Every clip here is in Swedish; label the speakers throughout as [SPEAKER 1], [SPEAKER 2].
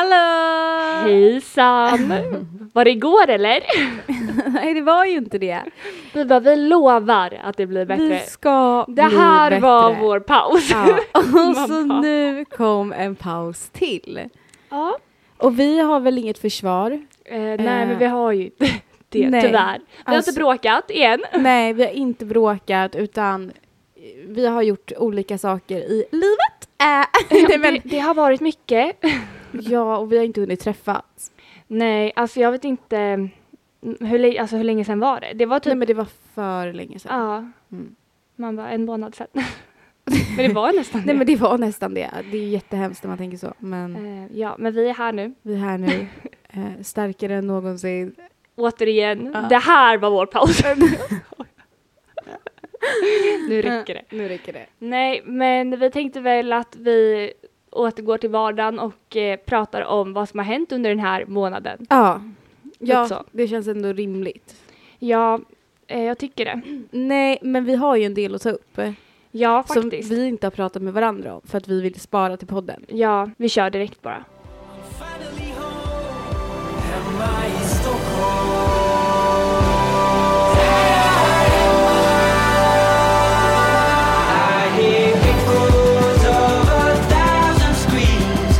[SPEAKER 1] Hallå!
[SPEAKER 2] Hejsan! Var det igår eller?
[SPEAKER 1] Nej, det var ju inte det.
[SPEAKER 2] Vi bara, vi lovar att det blir bättre.
[SPEAKER 1] Vi ska
[SPEAKER 2] det här
[SPEAKER 1] bli bättre.
[SPEAKER 2] var vår paus.
[SPEAKER 1] Ja. Och så
[SPEAKER 2] Mamma.
[SPEAKER 1] nu kom en paus till.
[SPEAKER 2] Ja.
[SPEAKER 1] Och vi har väl inget försvar?
[SPEAKER 2] Eh, nej, men vi har ju inte det
[SPEAKER 1] Nej.
[SPEAKER 2] tyvärr. Vi har
[SPEAKER 1] Alltså-
[SPEAKER 2] inte bråkat igen.
[SPEAKER 1] Nej, vi har inte bråkat utan vi har gjort olika saker i livet. Äh, nej, men,
[SPEAKER 2] det, det har varit mycket.
[SPEAKER 1] ja, och vi har inte hunnit träffas.
[SPEAKER 2] Typ- Nej, alltså jag vet inte mm, hur, li- alltså, hur länge sedan var det? Det var typ,
[SPEAKER 1] Nej, men det var för länge sedan.
[SPEAKER 2] ja,
[SPEAKER 1] Mm.
[SPEAKER 2] man bara en månad sedan. men det var nästan
[SPEAKER 1] Nej,
[SPEAKER 2] det.
[SPEAKER 1] men det var nästan det. Det är jättehemskt när man tänker så. Men
[SPEAKER 2] Eh, ja, men vi är här nu.
[SPEAKER 1] vi är här nu, eh, starkare än någonsin.
[SPEAKER 2] Återigen,
[SPEAKER 1] Ja.
[SPEAKER 2] det här var vår paus. nu räcker det.
[SPEAKER 1] Nu räcker det.
[SPEAKER 2] Nej, men vi tänkte väl att vi återgår till vardagen och eh, pratar om vad som har hänt under den här månaden.
[SPEAKER 1] Ja.
[SPEAKER 2] Typ så.
[SPEAKER 1] Ja, det känns ändå rimligt.
[SPEAKER 2] Ja, eh, jag tycker det.
[SPEAKER 1] Nej, men vi har ju en del att ta upp. eh,
[SPEAKER 2] Ja,
[SPEAKER 1] Som
[SPEAKER 2] faktiskt.
[SPEAKER 1] vi inte har pratat med varandra om för att vi vill spara till podden.
[SPEAKER 2] Ja, vi kör direkt bara.
[SPEAKER 3] Finally home, hemma i Stockholm. I hear echoes of a thousand screams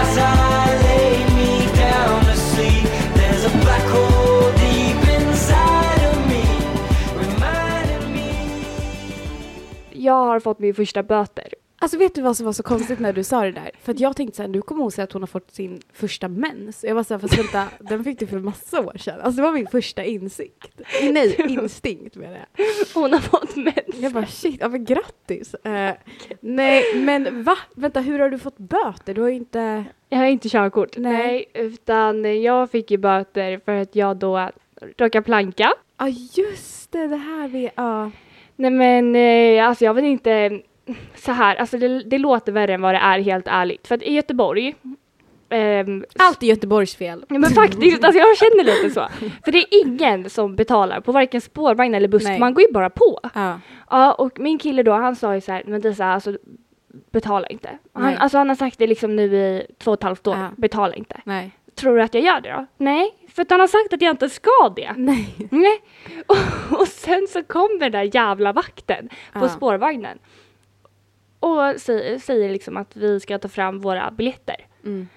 [SPEAKER 3] as I lay me down to sleep. There's a black hole deep inside of me, reminding me.
[SPEAKER 2] Jag har fått min första böter.
[SPEAKER 1] Alltså vet du vad som var så konstigt när du sa det där? För att jag tänkte så här, nu kommer hon säga att hon har fått sin första mens. Jag var så här, fast vänta, den fick du för massa år sedan. Alltså det var min första insikt. Nej, instinkt menar jag.
[SPEAKER 2] Hon har fått mens.
[SPEAKER 1] Jag bara shit, ja men grattis. Eh, nej men va? Vänta, hur har du fått böter? Du har ju inte...
[SPEAKER 2] Jag har inte körkort.
[SPEAKER 1] Nej.
[SPEAKER 2] utan jag fick ju böter för att jag då råkade planka.
[SPEAKER 1] Ja ah, just det, det här vi... Ja.
[SPEAKER 2] Nej men eh, alltså jag vet inte så här, alltså det, det låter värre än vad det är helt ärligt. För att i Göteborg, ehm,
[SPEAKER 1] Allt är Göteborgs fel.
[SPEAKER 2] Nej, men faktiskt, alltså jag känner lite så. För det är ingen som betalar på varken spårvagn eller buss,
[SPEAKER 1] Nej.
[SPEAKER 2] man går ju bara på.
[SPEAKER 1] Ja.
[SPEAKER 2] Ja, och min kille då, han sa ju så här, men Disa, alltså betala inte. Han,
[SPEAKER 1] Nej.
[SPEAKER 2] alltså han har sagt det liksom nu i två och ett halvt år,
[SPEAKER 1] Ja.
[SPEAKER 2] betala inte.
[SPEAKER 1] Nej.
[SPEAKER 2] Tror du att jag gör det då? Nej, för att han har sagt att jag inte ska det.
[SPEAKER 1] Nej.
[SPEAKER 2] Nej. Och, och sen så kommer den där jävla vakten på
[SPEAKER 1] Ja.
[SPEAKER 2] spårvagnen och säger, säger liksom att vi ska ta fram våra biljetter.
[SPEAKER 1] Mm.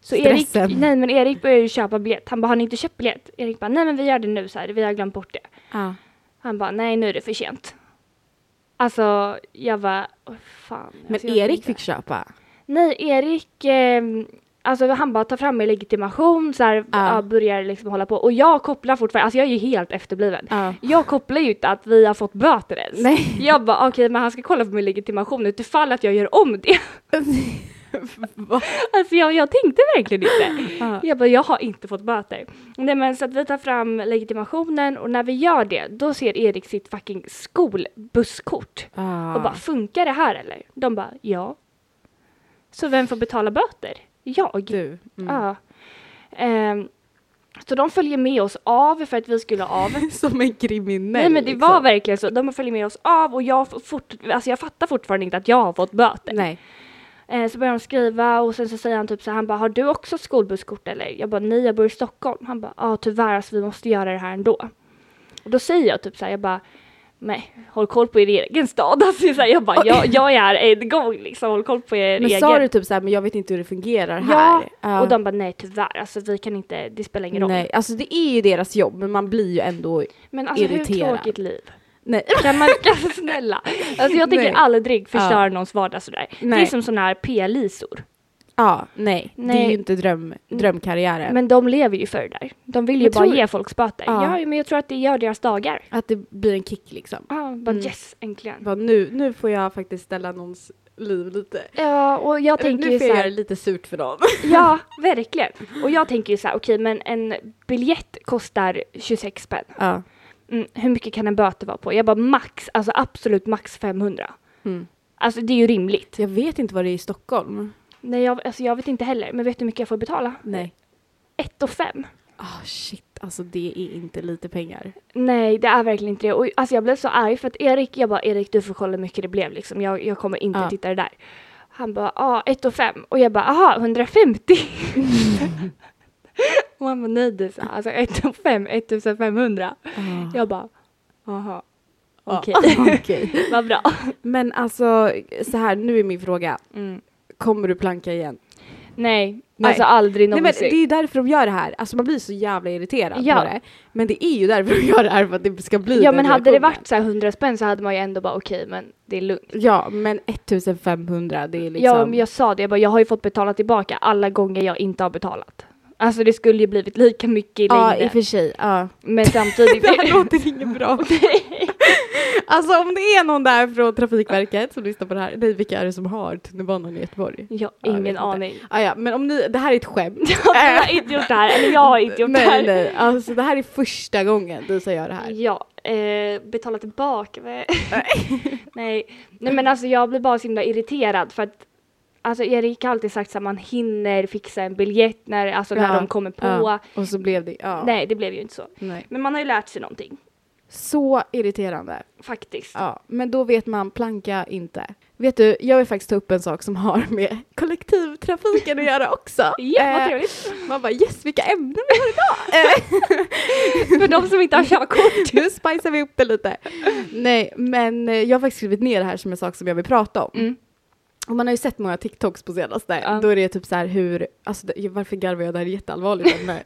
[SPEAKER 2] Så Erik,
[SPEAKER 1] Stressen.
[SPEAKER 2] nej men Erik börjar ju köpa biljett. Han bara, har ni inte köpt biljett? Erik bara, nej men vi gör det nu så här, vi har glömt bort det.
[SPEAKER 1] Ja.
[SPEAKER 2] Han bara, nej nu är det för sent. Alltså jag bara, åh, fan.
[SPEAKER 1] Men
[SPEAKER 2] alltså, jag vet
[SPEAKER 1] Erik
[SPEAKER 2] inte.
[SPEAKER 1] fick köpa.
[SPEAKER 2] Nej, Erik, ehm, alltså han bara tar fram min legitimation, så här,
[SPEAKER 1] Ja.
[SPEAKER 2] ja, börjar liksom hålla på. Och jag kopplar fortfarande, alltså jag är ju helt efterbliven.
[SPEAKER 1] Ja.
[SPEAKER 2] Jag kopplar ju inte att vi har fått böter ens.
[SPEAKER 1] Nej.
[SPEAKER 2] Jag bara, okej men han ska kolla på min legitimation utifall att jag gör om det.
[SPEAKER 1] Va?
[SPEAKER 2] Alltså jag, jag tänkte verkligen inte.
[SPEAKER 1] Ja.
[SPEAKER 2] Jag bara, jag har inte fått böter. Nej men så att vi tar fram legitimationen och när vi gör det, då ser Erik sitt fucking skolbusskort.
[SPEAKER 1] Ah.
[SPEAKER 2] Och bara, funkar det här eller? De bara, ja. Så vem får betala böter? Jag.
[SPEAKER 1] du. Mm.
[SPEAKER 2] Ja. Ehm, så de följer med oss av för att vi skulle av.
[SPEAKER 1] Som en kriminell.
[SPEAKER 2] Nej men det
[SPEAKER 1] liksom.
[SPEAKER 2] var verkligen så. De följer med oss av och jag, f- fort, alltså jag fattar fortfarande inte att jag har fått böter.
[SPEAKER 1] Nej.
[SPEAKER 2] Eh, så börjar de skriva och sen så säger han typ så här, han bara, har du också skolbusskort eller? Jag bara, nej jag bor i Stockholm. Han bara, ja ah, tyvärr alltså vi måste göra det här ändå. Och då säger jag typ så här, jag bara, nej håll koll på er egen stad. Alltså, så här, jag bara, jag, jag är en gång liksom, håll koll på er
[SPEAKER 1] Men
[SPEAKER 2] egen.
[SPEAKER 1] sa du typ såhär, men jag vet inte hur det fungerar
[SPEAKER 2] ja,
[SPEAKER 1] här. Ja.
[SPEAKER 2] och de bara, nej tyvärr alltså vi kan inte, det spelar ingen roll.
[SPEAKER 1] Nej, alltså det är ju deras jobb men man blir ju ändå...
[SPEAKER 2] Men alltså hur
[SPEAKER 1] Irriterad.
[SPEAKER 2] tråkigt liv?
[SPEAKER 1] Nej.
[SPEAKER 2] Kan man, alltså snälla. Alltså jag tänker
[SPEAKER 1] Nej.
[SPEAKER 2] aldrig förstöra någons vardag sådär. Det är
[SPEAKER 1] Nej.
[SPEAKER 2] som sådana här p-lisor.
[SPEAKER 1] Ja, nej. Det
[SPEAKER 2] Nej. Mm.
[SPEAKER 1] är ju inte dröm, drömkarriären.
[SPEAKER 2] Men de lever ju för det där. De vill ju
[SPEAKER 1] Men
[SPEAKER 2] bara
[SPEAKER 1] tror-
[SPEAKER 2] ge folks böter. Ja.
[SPEAKER 1] Ja.
[SPEAKER 2] men jag tror att det gör deras dagar.
[SPEAKER 1] Att det blir en kick liksom.
[SPEAKER 2] Ja, bara
[SPEAKER 1] Mm.
[SPEAKER 2] yes, äntligen.
[SPEAKER 1] Bara, nu, nu får jag faktiskt ställa någons liv lite.
[SPEAKER 2] Ja, och jag
[SPEAKER 1] Eller,
[SPEAKER 2] tänker
[SPEAKER 1] nu
[SPEAKER 2] ju
[SPEAKER 1] får jag göra det
[SPEAKER 2] såhär,
[SPEAKER 1] lite surt för dem.
[SPEAKER 2] ja, verkligen. Och jag tänker ju såhär, okej men en biljett kostar 26 spänn.
[SPEAKER 1] Ja.
[SPEAKER 2] Mm, hur mycket kan en böter vara på? Jag bara max, alltså absolut max 500.
[SPEAKER 1] Mm.
[SPEAKER 2] Alltså det är ju rimligt.
[SPEAKER 1] Jag vet inte vad det är i Stockholm.
[SPEAKER 2] Nej, jag, alltså, jag vet inte heller, men vet du hur mycket jag får betala?
[SPEAKER 1] Nej.
[SPEAKER 2] 1 och 5.
[SPEAKER 1] Ah shit, alltså det är inte lite pengar.
[SPEAKER 2] Nej, det är verkligen inte det. Och, alltså, jag blev så arg för att Erik, jag bara Erik du får kolla hur mycket det blev liksom. Jag, jag kommer inte
[SPEAKER 1] Ja.
[SPEAKER 2] titta det där. Han bara, ja, 1 och 5. Och jag bara, aha, 150. och han bara, nej du, sa han. alltså 1 och 5, 1500. Jag bara, aha,
[SPEAKER 1] Ja,
[SPEAKER 2] Ah. okej,
[SPEAKER 1] okej.
[SPEAKER 2] vad bra.
[SPEAKER 1] Men alltså, så här, nu är min fråga.
[SPEAKER 2] Mm.
[SPEAKER 1] Kommer du planka igen?
[SPEAKER 2] Nej,
[SPEAKER 1] Nej.
[SPEAKER 2] alltså aldrig
[SPEAKER 1] Nej, men
[SPEAKER 2] någonsin.
[SPEAKER 1] det är ju därför de gör det här. Alltså man blir så jävla irriterad
[SPEAKER 2] Ja.
[SPEAKER 1] på det. Men det är ju därför de gör det här för att det ska bli
[SPEAKER 2] ja
[SPEAKER 1] den
[SPEAKER 2] men hade det
[SPEAKER 1] reaktionen.
[SPEAKER 2] varit så här 100 spänn så hade man ju ändå bara okej men det är lugnt.
[SPEAKER 1] Ja, men 1500 det är liksom...
[SPEAKER 2] Ja men jag sa det, jag bara jag har ju fått betala tillbaka alla gånger jag inte har betalat. Alltså det skulle ju blivit lika mycket i
[SPEAKER 1] Ja, i
[SPEAKER 2] längden.
[SPEAKER 1] och för sig. Ja.
[SPEAKER 2] Men samtidigt.
[SPEAKER 1] Det här låter inget bra. alltså om det är någon där från Trafikverket som lyssnar på det här, nej vilka är det som har tunnelbanan i Göteborg?
[SPEAKER 2] jag
[SPEAKER 1] Ja, jag
[SPEAKER 2] har ingen
[SPEAKER 1] vet inte.
[SPEAKER 2] aning.
[SPEAKER 1] Ah, ja, men om ni, det här är ett skämt.
[SPEAKER 2] Jag har inte gjort det här, eller jag har inte gjort det
[SPEAKER 1] nej,
[SPEAKER 2] här.
[SPEAKER 1] nej, alltså det här är första gången du säger det här.
[SPEAKER 2] Ja, eh, betala tillbaka. Nej. Nej. Nej men alltså jag blir bara så himla irriterad för att alltså Erik har alltid sagt att man hinner fixa en biljett när, alltså, när
[SPEAKER 1] Ja,
[SPEAKER 2] de kommer på.
[SPEAKER 1] Ja, och så blev det, ja.
[SPEAKER 2] Nej det blev ju inte så.
[SPEAKER 1] Nej.
[SPEAKER 2] Men man har ju lärt sig någonting
[SPEAKER 1] Så irriterande.
[SPEAKER 2] faktiskt.
[SPEAKER 1] Ja, men då vet man, planka inte. Vet du, jag vill faktiskt ta upp en sak som har med kollektivtrafiken att göra också.
[SPEAKER 2] Ja, vad
[SPEAKER 1] Eh,
[SPEAKER 2] trevligt.
[SPEAKER 1] Man bara yes, vilka ämnen vi har idag! Eh,
[SPEAKER 2] För de som inte har körkort.
[SPEAKER 1] nu spicar vi upp det lite. Nej, men eh, jag har faktiskt skrivit ner det här som en sak som jag vill prata om.
[SPEAKER 2] Mm.
[SPEAKER 1] Och man har ju sett många TikToks på senaste.
[SPEAKER 2] Ja.
[SPEAKER 1] Då är det typ så här hur, alltså det, varför garvar jag? Det här är jätteallvarligt. men,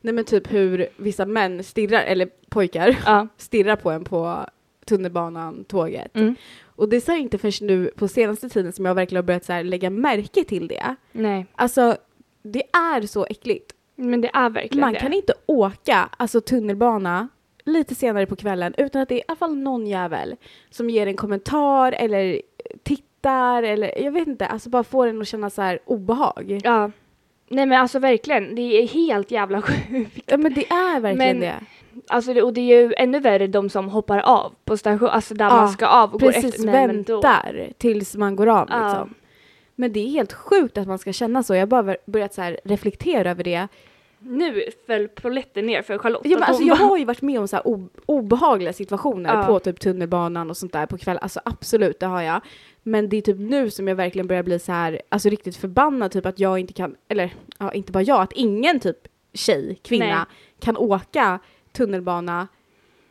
[SPEAKER 1] nej men typ hur vissa män stirrar, eller pojkar,
[SPEAKER 2] Ja.
[SPEAKER 1] stirrar på en på tunnelbanan, tåget.
[SPEAKER 2] Mm.
[SPEAKER 1] Och det är så här inte förrän nu på senaste tiden som jag verkligen har börjat så här lägga märke till det.
[SPEAKER 2] Nej,
[SPEAKER 1] Alltså det är så äckligt.
[SPEAKER 2] men det är verkligen
[SPEAKER 1] Man
[SPEAKER 2] det.
[SPEAKER 1] kan inte åka alltså tunnelbana lite senare på kvällen utan att det är i alla fall någon jävel som ger en kommentar eller tittar eller jag vet inte, alltså bara får en att känna så här obehag.
[SPEAKER 2] Ja. Nej men alltså verkligen, det är helt jävla sjukt.
[SPEAKER 1] Ja men det är verkligen
[SPEAKER 2] Men-
[SPEAKER 1] det.
[SPEAKER 2] Alltså det, och det är ju ännu värre de som hoppar av på station, alltså där
[SPEAKER 1] Ja,
[SPEAKER 2] man ska av och går
[SPEAKER 1] Precis
[SPEAKER 2] efter. Nej, men då-
[SPEAKER 1] väntar tills man går av
[SPEAKER 2] Ja.
[SPEAKER 1] liksom. Men det är helt sjukt att man ska känna så. Jag har bara ver- börjat så här reflektera över det.
[SPEAKER 2] Nu föll polletten ner för Charlotte.
[SPEAKER 1] Ja, men
[SPEAKER 2] att
[SPEAKER 1] alltså,
[SPEAKER 2] hon
[SPEAKER 1] jag
[SPEAKER 2] bara-
[SPEAKER 1] har ju varit med om så här o- obehagliga situationer
[SPEAKER 2] Ja.
[SPEAKER 1] på typ tunnelbanan och sånt där på kvällen. Alltså absolut, det har jag. Men det är typ nu som jag verkligen börjar bli så här, alltså riktigt förbannad typ att jag inte kan, eller ja, inte bara jag, att ingen typ tjej, kvinna
[SPEAKER 2] Nej.
[SPEAKER 1] kan åka tunnelbana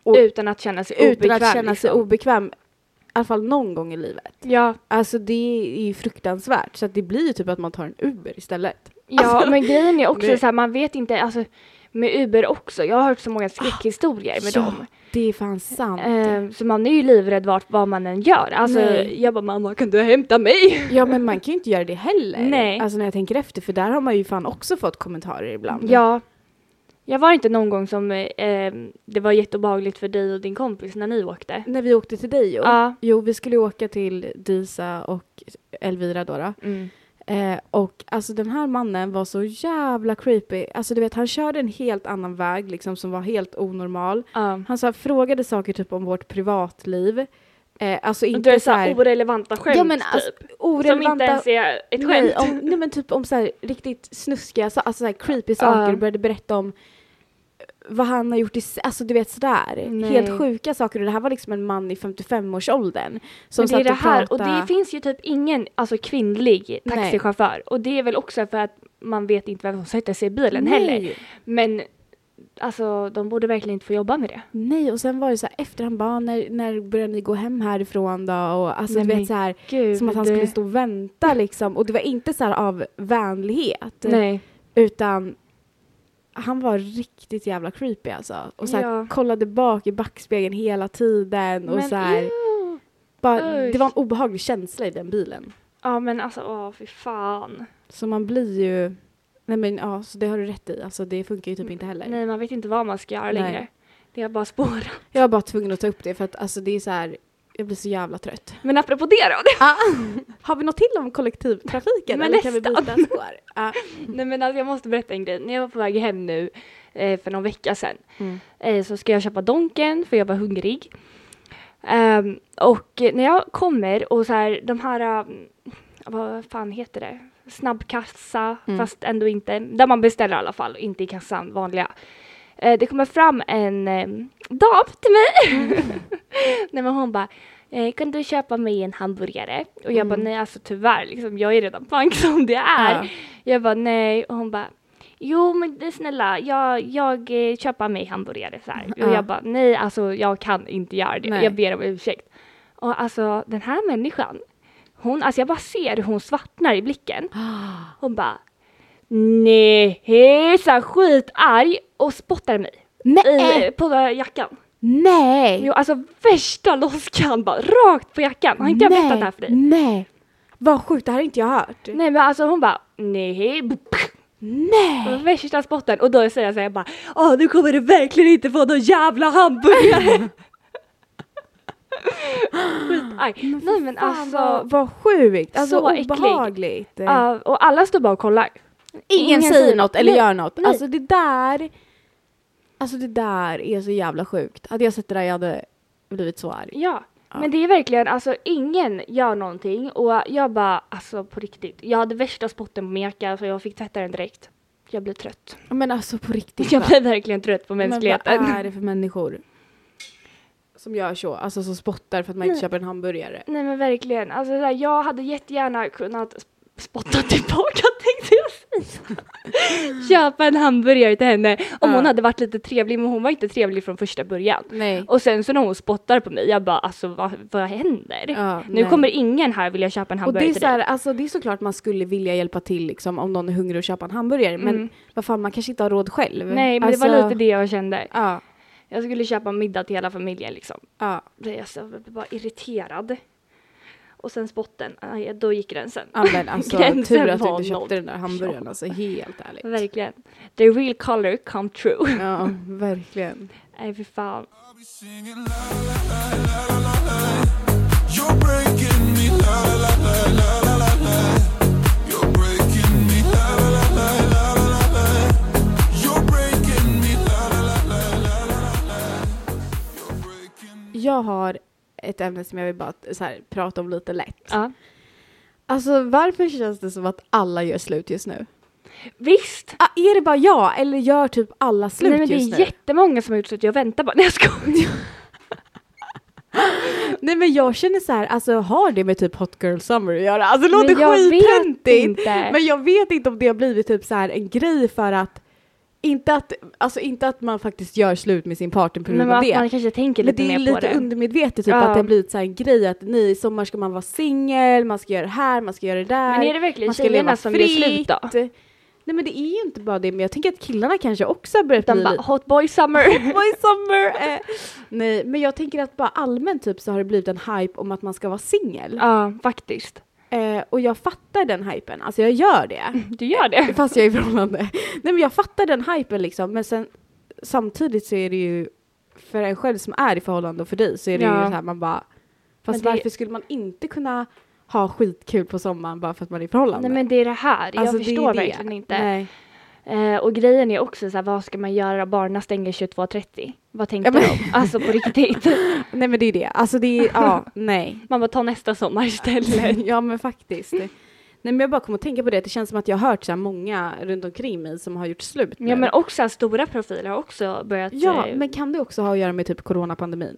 [SPEAKER 1] och-
[SPEAKER 2] Utan att känna sig
[SPEAKER 1] utan
[SPEAKER 2] obekväm.
[SPEAKER 1] att känna sig
[SPEAKER 2] liksom.
[SPEAKER 1] obekväm. I alla fall någon gång i livet.
[SPEAKER 2] Ja,
[SPEAKER 1] Alltså det är ju fruktansvärt så att det blir ju typ att man tar en Uber istället.
[SPEAKER 2] ja
[SPEAKER 1] Alltså,
[SPEAKER 2] men grejen är också
[SPEAKER 1] det-
[SPEAKER 2] så här, man vet inte, alltså med Uber också, jag har hört så
[SPEAKER 1] Ah,
[SPEAKER 2] många skräckhistorier med
[SPEAKER 1] Ja,
[SPEAKER 2] dem.
[SPEAKER 1] Det är fan sant.
[SPEAKER 2] Eh, så man är ju livrädd vart, vad man än gör. Alltså,
[SPEAKER 1] Nej.
[SPEAKER 2] jag bara mamma kan du hämta mig?
[SPEAKER 1] Ja men man kan ju inte göra det heller.
[SPEAKER 2] Nej.
[SPEAKER 1] Alltså när jag tänker efter för där har man ju fan också fått kommentarer ibland.
[SPEAKER 2] Ja. Jag var inte någon gång som eh, det var jätteobehagligt för dig och din kompis när ni åkte.
[SPEAKER 1] När vi åkte till dig jo.
[SPEAKER 2] Ja.
[SPEAKER 1] Jo vi skulle ju åka till Disa och Elvira då. då.
[SPEAKER 2] Mm.
[SPEAKER 1] Eh, och alltså den här mannen var så jävla creepy. Alltså du vet han körde en helt annan väg liksom som var helt onormal.
[SPEAKER 2] Ja.
[SPEAKER 1] Han så här, frågade saker typ om vårt privatliv. Eh, alltså
[SPEAKER 2] Det är
[SPEAKER 1] inte så
[SPEAKER 2] såhär
[SPEAKER 1] här.
[SPEAKER 2] orelevanta skämt
[SPEAKER 1] Ja men
[SPEAKER 2] typ.
[SPEAKER 1] alltså,
[SPEAKER 2] Som inte
[SPEAKER 1] orelevanta
[SPEAKER 2] ens är ett
[SPEAKER 1] Nej,
[SPEAKER 2] skämt.
[SPEAKER 1] om, nej men typ om så här, riktigt snuskiga, så, alltså så här creepy
[SPEAKER 2] Ja.
[SPEAKER 1] saker och började berätta om eh, vad han har gjort i, s- alltså du vet sådär.
[SPEAKER 2] Nej.
[SPEAKER 1] Helt sjuka saker och det här var liksom en man i 55-årsåldern. Som
[SPEAKER 2] Men det är
[SPEAKER 1] satt
[SPEAKER 2] det här, och
[SPEAKER 1] pratade-
[SPEAKER 2] det finns ju typ ingen alltså, kvinnlig
[SPEAKER 1] Nej.
[SPEAKER 2] taxichaufför. Och det är väl också för att man vet inte vem som sätter sig i bilen heller.
[SPEAKER 1] Nej.
[SPEAKER 2] Men alltså, de borde verkligen inte få jobba med det.
[SPEAKER 1] Nej och sen var det så här efter han bara, när, när börjar ni gå hem härifrån då? Och alltså
[SPEAKER 2] Nej,
[SPEAKER 1] du
[SPEAKER 2] men
[SPEAKER 1] vet så här,
[SPEAKER 2] Gud.
[SPEAKER 1] som att han skulle stå och vänta liksom. Och det var inte så här av vänlighet.
[SPEAKER 2] Nej.
[SPEAKER 1] Utan han var riktigt jävla creepy alltså. Och så här,
[SPEAKER 2] Ja.
[SPEAKER 1] kollade bak i backspegeln hela tiden. Och
[SPEAKER 2] men,
[SPEAKER 1] så här,
[SPEAKER 2] ew.
[SPEAKER 1] bara, det
[SPEAKER 2] usch.
[SPEAKER 1] var en obehaglig känsla i den bilen.
[SPEAKER 2] Ja men alltså, åh fy fan.
[SPEAKER 1] Så man blir ju... Nej men ja, så det har du rätt i. Alltså det funkar ju typ inte heller.
[SPEAKER 2] Nej, man vet inte vad man ska göra
[SPEAKER 1] Nej.
[SPEAKER 2] längre. Det är bara spåra.
[SPEAKER 1] Jag var bara tvungen att ta upp det för att alltså det är så här, jag blir så jävla trött.
[SPEAKER 2] Men apropå det då.
[SPEAKER 1] Har vi något till om kollektivtrafiken?
[SPEAKER 2] Men
[SPEAKER 1] eller kan vi
[SPEAKER 2] nästan.
[SPEAKER 1] byta spår? Ja.
[SPEAKER 2] Nej men alltså jag måste berätta en grej. När jag var på väg hem nu eh, för någon vecka sedan
[SPEAKER 1] Mm.
[SPEAKER 2] eh, så ska jag köpa Donken för jag var hungrig. Ehm, och eh, när jag kommer och så här de här, ehm, vad fan heter det, snabbkassa
[SPEAKER 1] Mm.
[SPEAKER 2] fast ändå inte, där man beställer i alla fall, inte i kassan, vanliga. ehm,
[SPEAKER 1] Mm.
[SPEAKER 2] Eh, det kommer fram en eh, dam till mig. Nej men hon bara, eh, kan du köpa mig en hamburgare? Och jag bara, nej alltså tyvärr, liksom, jag är redan pank som det är.
[SPEAKER 1] Mm. Ja.
[SPEAKER 2] Jag bara, nej. Och hon bara, jo men det- snälla, jag, jag eh, köper mig hamburgare så här. Och
[SPEAKER 1] Ja.
[SPEAKER 2] jag bara, nej alltså jag kan inte göra det.
[SPEAKER 1] Nej.
[SPEAKER 2] Jag ber om ursäkt. Och alltså den här människan, hon, alltså jag bara ser hur hon svartnar i blicken. Hon bara, nej, så skitarg och spottar i mig. I,
[SPEAKER 1] Nej!
[SPEAKER 2] på eh, jackan.
[SPEAKER 1] Nej!
[SPEAKER 2] Jo, alltså värsta loskan bara rakt på jackan. Har inte jag berättat det här för dig?
[SPEAKER 1] Nej! Vad sjukt, det här har inte jag hört.
[SPEAKER 2] Nej men alltså hon bara nej,
[SPEAKER 1] Nej!
[SPEAKER 2] värsta spotten och då säger jag såhär bara Åh nu kommer du verkligen inte få någon jävla hamburgare! Skitarg. Nej men
[SPEAKER 1] Fan,
[SPEAKER 2] alltså,
[SPEAKER 1] vad, vad sjukt! Alltså
[SPEAKER 2] så äcklig.
[SPEAKER 1] obehagligt.
[SPEAKER 2] ja, och alla står bara och kollar.
[SPEAKER 1] ingen,
[SPEAKER 2] ingen
[SPEAKER 1] säger
[SPEAKER 2] säger
[SPEAKER 1] något
[SPEAKER 2] något.
[SPEAKER 1] eller
[SPEAKER 2] Nej,
[SPEAKER 1] gör något.
[SPEAKER 2] nej.
[SPEAKER 1] Alltså det där, alltså det där är så jävla sjukt. Hade jag sett det där jag hade blivit så arg.
[SPEAKER 2] Ja.
[SPEAKER 1] Ja.
[SPEAKER 2] Men det är verkligen, alltså ingen gör någonting och jag bara, alltså på riktigt. Jag hade värsta spotten på min jacka så jag fick tvätta den direkt. Jag blir trött.
[SPEAKER 1] Men alltså på riktigt.
[SPEAKER 2] Jag
[SPEAKER 1] va?
[SPEAKER 2] blir verkligen trött på
[SPEAKER 1] Men vad
[SPEAKER 2] mänskligheten.
[SPEAKER 1] är det för människor som gör så? Alltså som spottar för att man inte
[SPEAKER 2] Nej.
[SPEAKER 1] köper en hamburgare.
[SPEAKER 2] Nej men verkligen. Alltså, så här, jag hade jättegärna kunnat sp- spotta tillbaka tänkte jag säga. Köpa en hamburgare till henne om
[SPEAKER 1] Ja.
[SPEAKER 2] hon hade varit lite trevlig men hon var inte trevlig från första början.
[SPEAKER 1] Nej.
[SPEAKER 2] Och sen så när hon spottar på mig, jag bara alltså vad, vad händer?
[SPEAKER 1] Ja,
[SPEAKER 2] nu
[SPEAKER 1] nej.
[SPEAKER 2] kommer ingen här vilja köpa en
[SPEAKER 1] Och
[SPEAKER 2] hamburgare
[SPEAKER 1] det är,
[SPEAKER 2] till
[SPEAKER 1] så här, alltså, det är såklart man skulle vilja hjälpa till liksom, om någon är hungrig och köpa en hamburgare men
[SPEAKER 2] Mm.
[SPEAKER 1] vad fan man kanske inte har råd själv.
[SPEAKER 2] dig. Nej men
[SPEAKER 1] alltså,
[SPEAKER 2] det var lite det jag kände.
[SPEAKER 1] Ja,
[SPEAKER 2] Jag skulle köpa middag till hela familjen liksom.
[SPEAKER 1] ja,
[SPEAKER 2] Blev jag så- blev bara irriterad. Och sen spotten, aj, då gick gränsen.
[SPEAKER 1] ja men alltså
[SPEAKER 2] Gränsen
[SPEAKER 1] tur att du
[SPEAKER 2] var
[SPEAKER 1] inte
[SPEAKER 2] noll.
[SPEAKER 1] köpte den där hamburgaren alltså helt ärligt.
[SPEAKER 2] Verkligen. The real color come true.
[SPEAKER 1] Ja, verkligen.
[SPEAKER 2] Nej fy fan.
[SPEAKER 4] You're breaking me, la la la la la la la. You're breaking me, la la la la la la la. You're breaking me, la la la la la la la. You're breaking me.
[SPEAKER 1] Jag har ett ämne som jag vill bara så här, prata om lite lätt.
[SPEAKER 2] Ja.
[SPEAKER 1] Alltså varför känns det som att alla gör slut just nu?
[SPEAKER 2] Visst!
[SPEAKER 1] Ah, är det bara jag eller gör typ alla slut
[SPEAKER 2] Nej men det är
[SPEAKER 1] just nu?
[SPEAKER 2] jättemånga som har gjort så att jag väntar bara. Nej jag skojar.
[SPEAKER 1] Nej men jag känner så här, alltså har det med typ Hot Girl Summer att göra? Alltså det
[SPEAKER 2] Men
[SPEAKER 1] låter
[SPEAKER 2] jag vet
[SPEAKER 1] skittöntigt!
[SPEAKER 2] inte.
[SPEAKER 1] Men jag vet inte om det har blivit typ så här en grej för att inte att, alltså inte att man faktiskt gör slut med sin partner på
[SPEAKER 2] Nej,
[SPEAKER 1] grund
[SPEAKER 2] men
[SPEAKER 1] av
[SPEAKER 2] att
[SPEAKER 1] det.
[SPEAKER 2] man kanske tänker
[SPEAKER 1] Men
[SPEAKER 2] lite
[SPEAKER 1] det är
[SPEAKER 2] mer på
[SPEAKER 1] lite
[SPEAKER 2] det.
[SPEAKER 1] undermedvetet, typ
[SPEAKER 2] Ja.
[SPEAKER 1] att det har blivit så här en grej att nej, i sommar ska man vara singel, man ska göra det här, man ska göra det där.
[SPEAKER 2] Men är det verkligen
[SPEAKER 1] man ska leva
[SPEAKER 2] tjejerna som gör slut då?
[SPEAKER 1] fritt. Typ Nej men det är ju inte bara det, men jag tänker att killarna kanske också har börjat
[SPEAKER 2] De
[SPEAKER 1] bli
[SPEAKER 2] bara
[SPEAKER 1] lite
[SPEAKER 2] hot boy summer.
[SPEAKER 1] boy summer. Eh, nej, men jag tänker att bara allmänt typ så har det blivit en hype om att man ska vara singel.
[SPEAKER 2] ja faktiskt.
[SPEAKER 1] Eh, och jag fattar den hypen, alltså jag gör det.
[SPEAKER 2] Du gör det.
[SPEAKER 1] Fast jag är i förhållande. Nej men jag fattar den hypen liksom, men sen samtidigt så är det ju för en själv som är i förhållande och för dig så är det
[SPEAKER 2] Ja.
[SPEAKER 1] ju så här man bara,
[SPEAKER 2] Men
[SPEAKER 1] fast
[SPEAKER 2] det-
[SPEAKER 1] varför skulle man inte kunna ha skitkul på sommaren bara för att man är i förhållande?
[SPEAKER 2] Nej men det är det här.
[SPEAKER 1] Alltså, det
[SPEAKER 2] jag
[SPEAKER 1] är
[SPEAKER 2] förstår
[SPEAKER 1] det.
[SPEAKER 2] verkligen inte.
[SPEAKER 1] Nej.
[SPEAKER 2] Eh, och grejen är också så här, vad ska man göra? Barnen stänger 22.30. Vad tänkte
[SPEAKER 1] Ja, men-
[SPEAKER 2] de? Alltså på riktigt.
[SPEAKER 1] nej men det är det, alltså det är, ja, nej.
[SPEAKER 2] Man bara ta nästa sommar istället.
[SPEAKER 1] ja men faktiskt. Nej men jag bara kom att tänka på det, att det känns som att jag har hört så här många runt omkring mig som har gjort slut nu.
[SPEAKER 2] Ja men också här, stora profiler har också börjat.
[SPEAKER 1] ja,
[SPEAKER 2] eh,
[SPEAKER 1] men kan det också ha att göra med typ coronapandemin?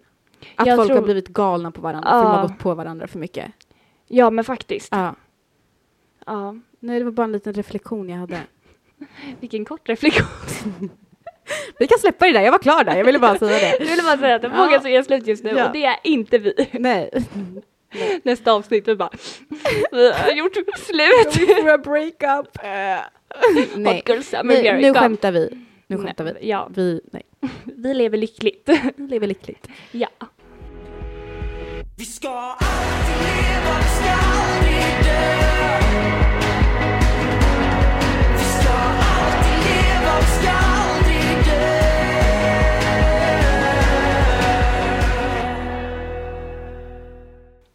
[SPEAKER 1] Att
[SPEAKER 2] Jag
[SPEAKER 1] folk har
[SPEAKER 2] tror-
[SPEAKER 1] blivit galna på varandra för de har
[SPEAKER 2] Ja.
[SPEAKER 1] gått på varandra för mycket.
[SPEAKER 2] ja men faktiskt.
[SPEAKER 1] Ja.
[SPEAKER 2] Ja.
[SPEAKER 1] Nej det var bara en liten reflektion jag hade.
[SPEAKER 2] Vilken kort reflektion.
[SPEAKER 1] Vi kan släppa det där, jag var klar där, jag ville bara säga det.
[SPEAKER 2] Jag ville bara säga att det är många som gör slut just nu
[SPEAKER 1] Ja.
[SPEAKER 2] och det är inte vi.
[SPEAKER 1] Nej.
[SPEAKER 2] Nästa avsnitt vi bara vi har gjort slut.
[SPEAKER 1] For a breakup. Nej.
[SPEAKER 2] Hot girl summer
[SPEAKER 1] Nu,
[SPEAKER 2] here
[SPEAKER 1] nu
[SPEAKER 2] come.
[SPEAKER 1] skämtar vi. Nu skämtar vi.
[SPEAKER 2] Nej, Ja,
[SPEAKER 1] Vi, nej.
[SPEAKER 2] vi lever lyckligt.
[SPEAKER 1] Vi lever lyckligt.
[SPEAKER 2] ja.
[SPEAKER 3] Vi ska alltid leva, vi ska aldrig dö Vi ska alltid leva, vi ska aldrig dö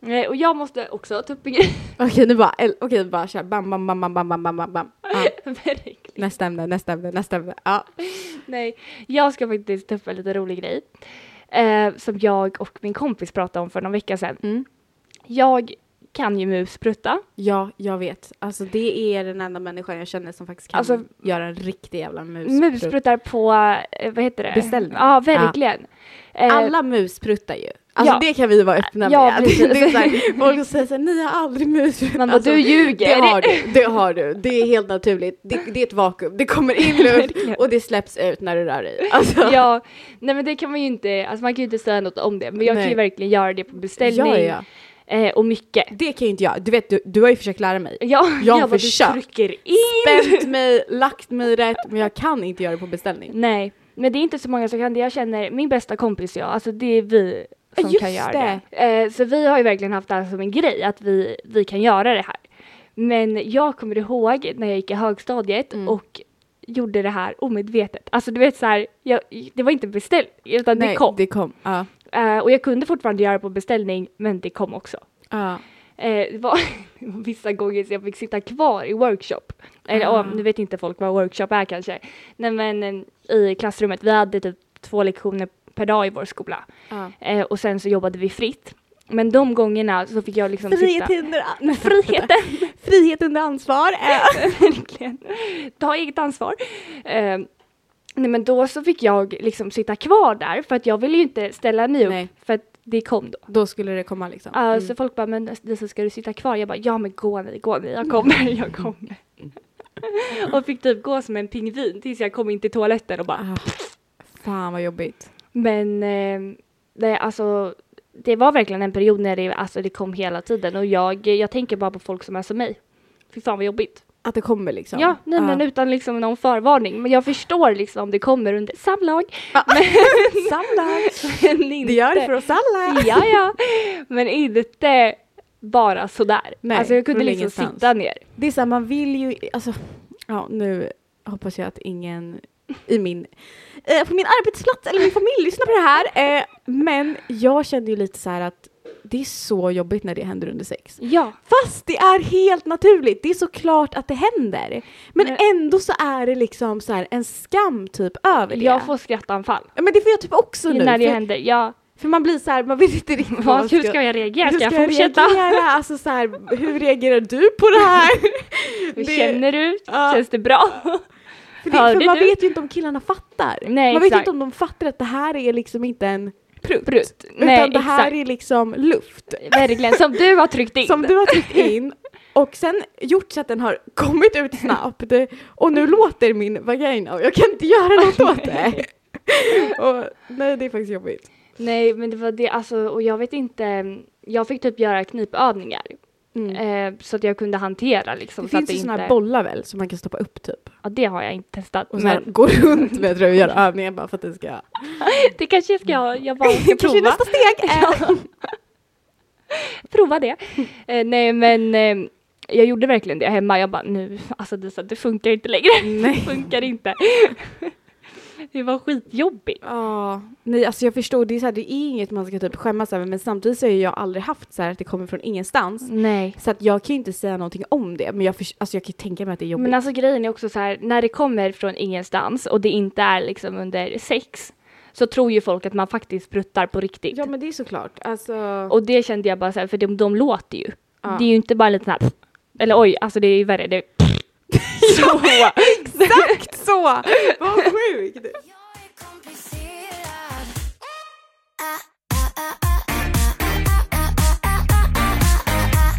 [SPEAKER 2] Nej, Eh, Och jag måste också ta upp en grej.
[SPEAKER 1] Okej nu bara, el- okej bara kör. Bam, bam, bam, bam, bam, bam, bam, bam, bam. Ja.
[SPEAKER 2] Verkligen.
[SPEAKER 1] Nästa ämne, nästa ämne, nästa ämne. Ja.
[SPEAKER 2] Nej, jag ska faktiskt ta upp en lite rolig grej. Eh, som jag och min kompis pratade om för någon vecka sedan.
[SPEAKER 1] Mm.
[SPEAKER 2] Jag kan ju musprutta.
[SPEAKER 1] ja, jag vet. Alltså det är den enda människan jag känner som faktiskt kan
[SPEAKER 2] Alltså-
[SPEAKER 1] göra en riktig jävla musprutt.
[SPEAKER 2] Muspruttar på, eh, vad heter det?
[SPEAKER 1] Beställning.
[SPEAKER 2] Ja, verkligen. Eh,
[SPEAKER 1] Alla muspruttar ju. Alltså
[SPEAKER 2] Ja.
[SPEAKER 1] det kan vi vara öppna
[SPEAKER 2] Ja,
[SPEAKER 1] med.
[SPEAKER 2] precis.
[SPEAKER 1] Det är så här, folk säger såhär, ni har aldrig musit.
[SPEAKER 2] Man bara, du ljuger.
[SPEAKER 1] Det har du, det har du. Det är helt naturligt. Det, det är ett vakuum. Det kommer in luft
[SPEAKER 2] Verkligen.
[SPEAKER 1] och det släpps ut när du rör dig. Alltså,
[SPEAKER 2] Ja, nej men det kan man ju inte, alltså man kan ju inte säga något om det men jag kan
[SPEAKER 1] Nej.
[SPEAKER 2] ju verkligen göra det på beställning
[SPEAKER 1] ja, ja.
[SPEAKER 2] Eh, och mycket.
[SPEAKER 1] Det kan ju inte jag. Du vet, du, du har ju försökt lära mig.
[SPEAKER 2] Ja,
[SPEAKER 1] Jag har
[SPEAKER 2] bara, du
[SPEAKER 1] försökt.
[SPEAKER 2] trycker in.
[SPEAKER 1] Spänt mig, lagt mig rätt, men jag kan inte göra det på beställning.
[SPEAKER 2] Nej, men det är inte så många som kan det. Jag känner, min bästa kompis och jag, alltså det är vi som
[SPEAKER 1] Just
[SPEAKER 2] kan göra det. Eh, så vi har ju verkligen haft det här som en grej, att vi, vi kan göra det här. Men jag kommer ihåg när jag gick i högstadiet
[SPEAKER 1] Mm.
[SPEAKER 2] och gjorde det här omedvetet. Alltså du vet så här, jag, det var inte beställt utan
[SPEAKER 1] Nej,
[SPEAKER 2] det kom.
[SPEAKER 1] Det kom. Ja.
[SPEAKER 2] Eh, och jag kunde fortfarande göra det på beställning, men det kom också.
[SPEAKER 1] Ja.
[SPEAKER 2] Eh, det var vissa gånger så jag fick sitta kvar i workshop. Eller
[SPEAKER 1] Ah.
[SPEAKER 2] ja, nu vet inte folk vad workshop är kanske. Nej men eh, i klassrummet, vi hade typ två lektioner per dag i vår skola.
[SPEAKER 1] Ja.
[SPEAKER 2] Eh, och sen så jobbade vi fritt. Men de gångerna så fick jag liksom sitta...
[SPEAKER 1] Frihet, under, nej,
[SPEAKER 2] Friheten!
[SPEAKER 1] frihet under ansvar. Äh.
[SPEAKER 2] Verkligen. Ta eget ansvar. Eh, nej men då så fick jag liksom sitta kvar där för att jag ville ju inte ställa mig upp
[SPEAKER 1] Nej.
[SPEAKER 2] för att det kom då.
[SPEAKER 1] Då skulle det komma liksom.
[SPEAKER 2] Ja, Så folk bara, men Lisa ska du sitta kvar? Jag bara, ja men gå ni, gå ni, jag kommer, jag kommer. och fick typ gå som en pingvin tills jag kom in till toaletten och bara,
[SPEAKER 1] Ah, fan vad jobbigt.
[SPEAKER 2] men eh, det, alltså det var verkligen en period när det, alltså, det kom hela tiden och jag, jag tänker bara på folk som är som mig. Fy fan vad jobbigt.
[SPEAKER 1] Att det kommer liksom.
[SPEAKER 2] Ja, nej men
[SPEAKER 1] Ja.
[SPEAKER 2] utan liksom någon förvarning. Men jag förstår liksom om det kommer under samlag.
[SPEAKER 1] Samla.
[SPEAKER 2] Men inte,
[SPEAKER 1] Det gör det för oss alla.
[SPEAKER 2] Ja, ja. Men inte bara sådär.
[SPEAKER 1] Nej,
[SPEAKER 2] alltså jag kunde
[SPEAKER 1] från
[SPEAKER 2] liksom
[SPEAKER 1] ingenstans.
[SPEAKER 2] sitta ner.
[SPEAKER 1] Det är så här, man vill ju, alltså, ja nu hoppas jag att ingen i min, eh, på min arbetsplats eller min familj lyssnar på det här. Eh, men jag kände ju lite så här att det är så jobbigt när det händer under sex.
[SPEAKER 2] Ja.
[SPEAKER 1] Fast det är helt naturligt, det är så klart att det händer. Men
[SPEAKER 2] Men-
[SPEAKER 1] ändå så är det liksom så här en skam typ över det.
[SPEAKER 2] Jag får skrattanfall.
[SPEAKER 1] Ja, Men det får jag typ också nu.
[SPEAKER 2] När det
[SPEAKER 1] för,
[SPEAKER 2] händer. Ja,
[SPEAKER 1] för man blir så här, man vet inte riktigt vad man
[SPEAKER 2] vad, hur ska jag reagera?
[SPEAKER 1] hur
[SPEAKER 2] Ska jag
[SPEAKER 1] jag
[SPEAKER 2] fortsätta?
[SPEAKER 1] reagera? Alltså så här, hur reagerar du på det här?
[SPEAKER 2] Hur
[SPEAKER 1] Det-
[SPEAKER 2] känner du?
[SPEAKER 1] Ja.
[SPEAKER 2] Känns det bra?
[SPEAKER 1] För, det,
[SPEAKER 2] Hörde
[SPEAKER 1] för man
[SPEAKER 2] du?
[SPEAKER 1] vet ju inte om killarna fattar.
[SPEAKER 2] Nej,
[SPEAKER 1] man vet ju
[SPEAKER 2] exakt.
[SPEAKER 1] inte om de fattar att det här är liksom inte en prutt.
[SPEAKER 2] Prutt.
[SPEAKER 1] Utan
[SPEAKER 2] Nej,
[SPEAKER 1] det här
[SPEAKER 2] exakt.
[SPEAKER 1] är liksom luft.
[SPEAKER 2] Verkligen, som du har tryckt in.
[SPEAKER 1] Som du har tryckt in och sen gjort så att den har kommit ut snabbt. Och nu låter min vagina och jag kan inte göra något åt det. Och, nej, det är faktiskt jobbigt.
[SPEAKER 2] Nej, men det var det, alltså, och jag vet inte. Jag fick typ göra knipövningar
[SPEAKER 1] Mm.
[SPEAKER 2] eh, så att jag kunde hantera liksom.
[SPEAKER 1] Det
[SPEAKER 2] så att
[SPEAKER 1] finns ju sådana
[SPEAKER 2] inte,
[SPEAKER 1] här bollar väl som man kan stoppa upp typ.
[SPEAKER 2] Ja, det har jag inte testat.
[SPEAKER 1] Och
[SPEAKER 2] men
[SPEAKER 1] sen gå runt med tror jag och göra övningar bara för att det ska...
[SPEAKER 2] det kanske jag ska, jag bara
[SPEAKER 1] Det
[SPEAKER 2] ska
[SPEAKER 1] kanske är
[SPEAKER 2] prova.
[SPEAKER 1] nästa steg!
[SPEAKER 2] Ja. Prova det. Eh, nej men eh, jag gjorde verkligen det hemma. Jag bara nu, alltså det, så att det funkar inte längre.
[SPEAKER 1] Nej.
[SPEAKER 2] Det funkar inte. det var skitjobbigt.
[SPEAKER 1] Ja, nej alltså jag förstår, det är, så här, det är inget man ska typ skämmas över men samtidigt så har ju jag aldrig haft så här att det kommer från ingenstans.
[SPEAKER 2] Nej.
[SPEAKER 1] Så att jag kan ju inte säga någonting om det men jag, förs- alltså jag kan ju tänka mig att det är jobbigt.
[SPEAKER 2] Men alltså grejen är också så här, när det kommer från ingenstans och det inte är liksom under sex så tror ju folk att man faktiskt spruttar på riktigt.
[SPEAKER 1] ja men det är såklart, alltså.
[SPEAKER 2] Och det kände jag bara så här, för de, de låter ju.
[SPEAKER 1] Ja.
[SPEAKER 2] Det är ju inte bara lite så här, eller oj, alltså det är ju värre. Det, så.
[SPEAKER 1] Exakt så! Vad sjukt!
[SPEAKER 5] Jag är komplicerad. Ah, ah, ah, ah, ah, ah, ah, ah, ah, ah, ah,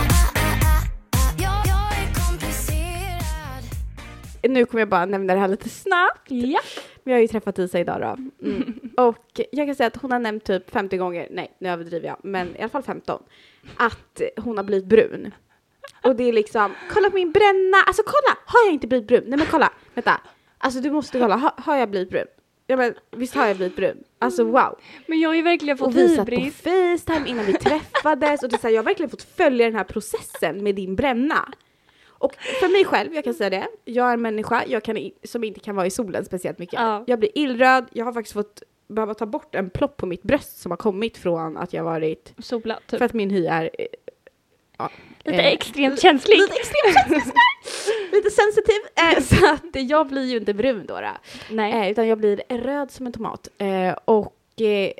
[SPEAKER 5] ah. Jag- jag är komplicerad.
[SPEAKER 1] Nu kommer jag bara nämna det här lite snabbt.
[SPEAKER 2] Ja.
[SPEAKER 1] Men jag har ju träffat Isa idag då. Mm. Och jag kan säga att hon har nämnt typ 50 gånger, nej nu överdriver jag, men i alla fall 15, att hon har blivit brun. Och det är liksom, kolla på min bränna, alltså kolla, har jag inte blivit brun? Nej men kolla, vänta. Alltså du måste kolla, har, har jag blivit brun? Ja men visst har jag blivit brun? Alltså wow.
[SPEAKER 2] Men jag har ju verkligen fått
[SPEAKER 1] Och vi satt på
[SPEAKER 2] hybris.
[SPEAKER 1] Facetime innan vi träffades och det är så här, jag har verkligen fått följa den här processen med din bränna. Och för mig själv, jag kan säga det, jag är en människa jag kan, i- som inte kan vara i solen speciellt mycket.
[SPEAKER 2] Ja.
[SPEAKER 1] Jag blir illröd, jag har faktiskt fått behöva ta bort en plopp på mitt bröst som har kommit från att jag varit,
[SPEAKER 2] Sola, typ.
[SPEAKER 1] för att min hy är eh, ja,
[SPEAKER 2] Lite
[SPEAKER 1] eh,
[SPEAKER 2] extremt känslig.
[SPEAKER 1] Lite extremt känslig. Lite sensitiv. Eh, så att eh, jag blir ju inte brun då. då.
[SPEAKER 2] Nej.
[SPEAKER 1] Eh, utan jag blir röd som en tomat. Eh, och eh,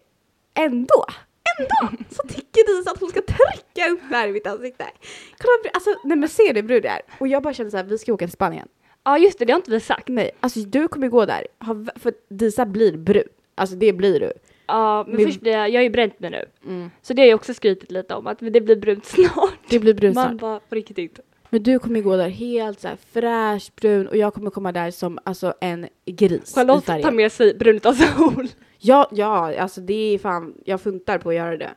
[SPEAKER 1] ändå, ändå så tycker Lisa att hon ska trycka upp det här i mitt ansikte. Kolla, br- alltså, nej men ser du hur brun jag är? Och jag bara känner så här, vi ska åka till Spanien.
[SPEAKER 2] Ja just det, det har inte vi sagt.
[SPEAKER 1] Nej, alltså du kommer gå där. Ha, v- för Disa blir brun. Alltså det blir du.
[SPEAKER 2] Ja, men
[SPEAKER 1] Vi-
[SPEAKER 2] först blir jag, jag är ju bränt mig nu. Så det har jag också skrytit lite om, att det blir brunt snart.
[SPEAKER 1] Det blir brun
[SPEAKER 2] Man
[SPEAKER 1] snart.
[SPEAKER 2] bara, på riktigt.
[SPEAKER 1] Men du kommer gå där helt så här fräsch, brun och jag kommer komma där som alltså en gris
[SPEAKER 2] Charlotte
[SPEAKER 1] i
[SPEAKER 2] tar
[SPEAKER 1] färgen.
[SPEAKER 2] med sig brunt av sol.
[SPEAKER 1] Ja, ja, alltså det är fan, jag funtar på att göra det.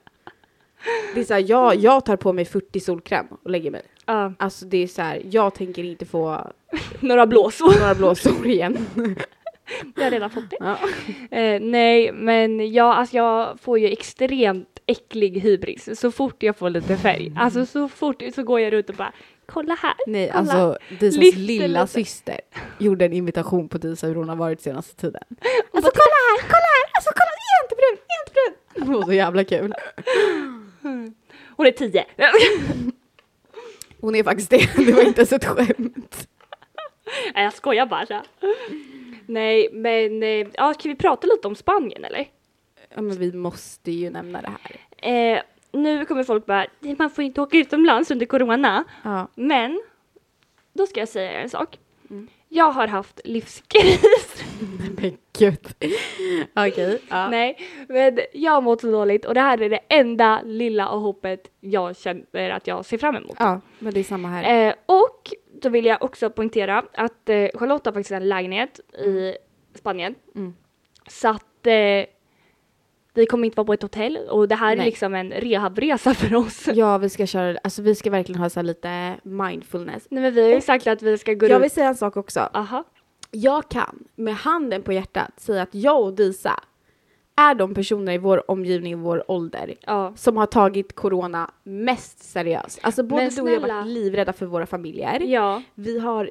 [SPEAKER 1] Det är så här, jag, jag tar på mig 40 solkräm och lägger mig.
[SPEAKER 2] Ja,
[SPEAKER 1] Alltså det är så här, jag tänker inte få
[SPEAKER 2] några blåsor.
[SPEAKER 1] några blåsor igen.
[SPEAKER 2] Jag har redan fått det.
[SPEAKER 1] Ja.
[SPEAKER 2] Eh, nej, men jag, alltså jag får ju extremt äcklig hybris så fort jag får lite färg. Alltså så fort så går jag runt och bara kolla här.
[SPEAKER 1] Nej,
[SPEAKER 2] kolla.
[SPEAKER 1] alltså Disas
[SPEAKER 2] Lyfter
[SPEAKER 1] lilla
[SPEAKER 2] lite.
[SPEAKER 1] syster gjorde en imitation på Disa hur hon har varit senaste tiden.
[SPEAKER 2] Och bara,
[SPEAKER 1] kolla här, kolla här, alltså kolla, är jag inte brun, är jag inte brun? Det var så jävla kul.
[SPEAKER 2] Hon är tio.
[SPEAKER 1] Hon är faktiskt det, det var inte ens ett skämt.
[SPEAKER 2] Nej, jag skojar bara. Så. här. Nej, men eh, ja, kan vi prata lite om Spanien eller?
[SPEAKER 1] Ja, men vi måste ju nämna det här.
[SPEAKER 2] Eh, nu kommer folk bara, man får inte åka utomlands under corona.
[SPEAKER 1] Ja.
[SPEAKER 2] Men, då ska jag säga er en sak. Jag har haft livskris.
[SPEAKER 1] Men gud. Okej. Ja.
[SPEAKER 2] Nej, men jag har mått så dåligt och det här är det enda lilla hoppet jag känner att jag ser fram emot.
[SPEAKER 1] ja, men det är samma här.
[SPEAKER 2] Eh, och då vill jag också poängtera att eh, Charlotte har faktiskt en lägenhet i Spanien.
[SPEAKER 1] Mm.
[SPEAKER 2] Så att eh, vi kommer inte vara på ett hotell och det här
[SPEAKER 1] Nej.
[SPEAKER 2] är liksom en rehabresa för oss.
[SPEAKER 1] Ja, vi ska köra, alltså vi ska verkligen ha så här lite mindfulness.
[SPEAKER 2] Nej men vi har ju sagt att vi ska gå
[SPEAKER 1] Jag
[SPEAKER 2] runt.
[SPEAKER 1] vill säga en sak också.
[SPEAKER 2] Aha.
[SPEAKER 1] Jag kan med handen på hjärtat säga att jag och Disa är de personer i vår omgivning, i vår ålder,
[SPEAKER 2] Ja.
[SPEAKER 1] som har tagit corona mest seriöst. Alltså både
[SPEAKER 2] Men
[SPEAKER 1] du och jag har
[SPEAKER 2] snälla.
[SPEAKER 1] varit livrädda för våra familjer.
[SPEAKER 2] ja.
[SPEAKER 1] Vi har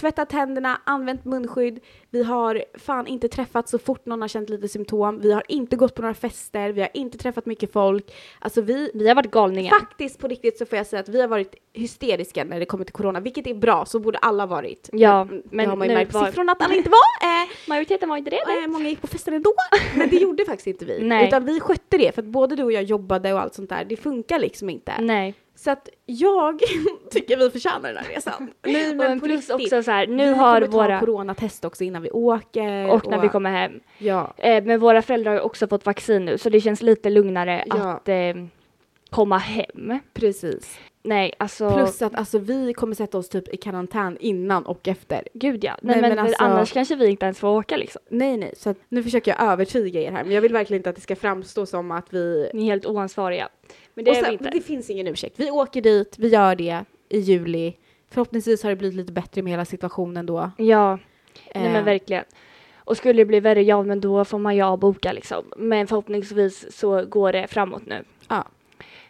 [SPEAKER 1] tvättat händerna, använt munskydd, vi har fan inte träffat så fort någon har känt lite symptom, vi har inte gått på några fester, vi har inte träffat mycket folk. Alltså vi,
[SPEAKER 2] Vi har varit galningar.
[SPEAKER 1] faktiskt på riktigt så får jag säga att vi har varit hysteriska när det kommer till corona, vilket är bra, så borde alla varit.
[SPEAKER 2] Ja,
[SPEAKER 1] Men
[SPEAKER 2] men
[SPEAKER 1] det har man ju
[SPEAKER 2] nu
[SPEAKER 1] märkt på
[SPEAKER 2] var-
[SPEAKER 1] siffrorna att alla inte var. Eh,
[SPEAKER 2] Majoriteten var inte det.
[SPEAKER 1] Eh, många gick på festen ändå, men det gjorde faktiskt inte vi.
[SPEAKER 2] Nej.
[SPEAKER 1] Utan vi skötte det, för att både du och jag jobbade och allt sånt där, det funkar liksom inte.
[SPEAKER 2] Nej.
[SPEAKER 1] Så att jag tycker vi förtjänar den här resan. Nej
[SPEAKER 2] Men plus också så här,
[SPEAKER 1] vi
[SPEAKER 2] nu har
[SPEAKER 1] kommer ta
[SPEAKER 2] våra
[SPEAKER 1] coronatest också innan vi åker.
[SPEAKER 2] och när vi kommer hem.
[SPEAKER 1] Ja,
[SPEAKER 2] Eh, men våra föräldrar har ju också fått vaccin nu så det känns lite lugnare
[SPEAKER 1] Ja.
[SPEAKER 2] att eh, komma hem.
[SPEAKER 1] precis.
[SPEAKER 2] Nej, alltså.
[SPEAKER 1] Plus att alltså, vi kommer sätta oss typ i karantän innan och efter.
[SPEAKER 2] Gud ja.
[SPEAKER 1] Nej,
[SPEAKER 2] Nej, men,
[SPEAKER 1] men alltså-
[SPEAKER 2] annars kanske vi inte ens får åka liksom.
[SPEAKER 1] Nej, nej, så att nu försöker jag övertyga er här, men jag vill verkligen inte att det ska framstå som att vi...
[SPEAKER 2] Ni är helt oansvariga. Men det
[SPEAKER 1] och
[SPEAKER 2] är vi
[SPEAKER 1] sen,
[SPEAKER 2] inte.
[SPEAKER 1] det finns ingen ursäkt. Vi åker dit, vi gör det i juli. Förhoppningsvis har det blivit lite bättre med hela situationen då.
[SPEAKER 2] Ja, nej,
[SPEAKER 1] Eh,
[SPEAKER 2] men verkligen. Och skulle det bli värre, ja men då får man ju avboka liksom. Men förhoppningsvis så går det framåt nu.
[SPEAKER 1] Ja.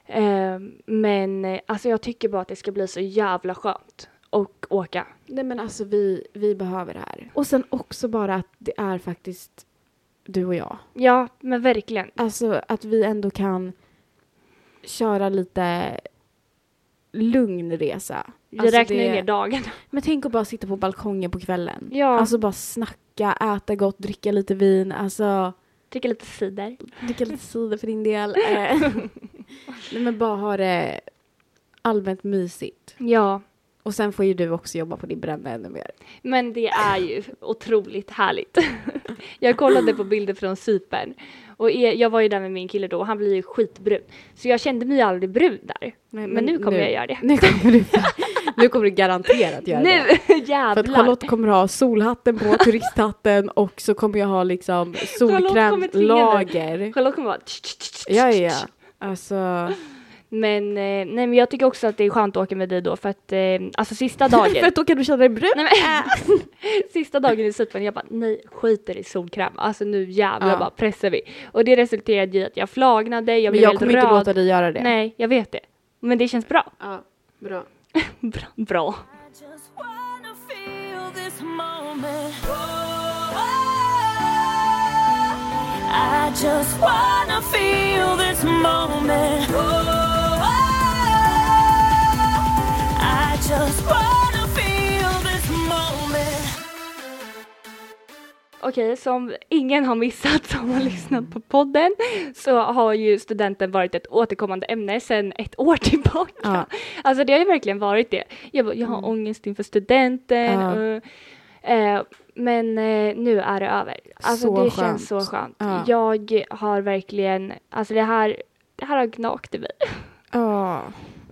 [SPEAKER 2] Eh, men eh, alltså jag tycker bara att det ska bli så jävla skönt att åka.
[SPEAKER 1] Nej men alltså vi, vi behöver det här. Och sen också bara att det är faktiskt du och jag.
[SPEAKER 2] Ja, men verkligen.
[SPEAKER 1] Alltså att vi ändå kan köra lite lugn resa.
[SPEAKER 2] Vi
[SPEAKER 1] Alltså,
[SPEAKER 2] räknar ju
[SPEAKER 1] det-
[SPEAKER 2] ner dagarna.
[SPEAKER 1] Men tänk att bara sitta på balkongen på kvällen.
[SPEAKER 2] Ja.
[SPEAKER 1] Alltså bara snacka, äta gott, dricka lite vin, alltså
[SPEAKER 2] Dricka lite cider.
[SPEAKER 1] dricka lite cider för din del. Eh, Nej men bara ha det allmänt mysigt.
[SPEAKER 2] Ja,
[SPEAKER 1] Och sen får ju du också jobba på din bränna ännu mer.
[SPEAKER 2] men det är ju otroligt härligt. jag kollade på bilder från Cypern och er, jag var ju där med min kille då och han blir ju skitbrun. Så jag kände mig aldrig brun där. Men, nu kommer jag göra det.
[SPEAKER 1] Nu kommer du, nu kommer du garanterat göra det.
[SPEAKER 2] Nu
[SPEAKER 1] För att
[SPEAKER 2] jävlar!
[SPEAKER 1] Charlotte kommer ha solhatten på, turisthatten och så kommer jag ha liksom
[SPEAKER 2] kommer tvinga mig.
[SPEAKER 1] solkrämlager.
[SPEAKER 2] Charlotte kommer vara tsch, tsch, tsch, tsch,
[SPEAKER 1] Ja, ja, ja.
[SPEAKER 2] tsch.
[SPEAKER 1] Alltså,
[SPEAKER 2] Men, eh, nej, men jag tycker också att det är skönt att åka med dig då för att eh, alltså sista dagen.
[SPEAKER 1] för att då kan du känna dig brun.
[SPEAKER 2] Nej, men, äh. sista dagen i Cypern, jag bara nej, skiter i solkräm. Alltså nu jävlar
[SPEAKER 1] Ja.
[SPEAKER 2] bara pressar vi. Och det resulterade i att jag flagnade, jag
[SPEAKER 1] Men
[SPEAKER 2] blev
[SPEAKER 1] jag
[SPEAKER 2] helt röd.
[SPEAKER 1] kommer inte låta dig göra det.
[SPEAKER 2] Nej, jag vet det. Men det känns bra.
[SPEAKER 1] Ja, bra.
[SPEAKER 2] Bra. bra.
[SPEAKER 5] I just wanna feel this moment. I just wanna feel this
[SPEAKER 3] Oh,
[SPEAKER 5] moment. I just wanna feel this moment.
[SPEAKER 2] Okej, Okej, som ingen har missat som har lyssnat på podden så har ju studenten varit ett återkommande ämne sedan ett år tillbaka.
[SPEAKER 1] Ja. Mm.
[SPEAKER 2] Alltså det har ju verkligen varit det. Jag, bara, jag har ångest inför studenten.
[SPEAKER 1] Ja.
[SPEAKER 2] och, eh, men eh, nu är det över. Alltså
[SPEAKER 1] Så
[SPEAKER 2] det
[SPEAKER 1] skönt.
[SPEAKER 2] känns så skönt.
[SPEAKER 1] Ja.
[SPEAKER 2] Jag har verkligen, alltså det här, det här har gnagt i mig.
[SPEAKER 1] Ja.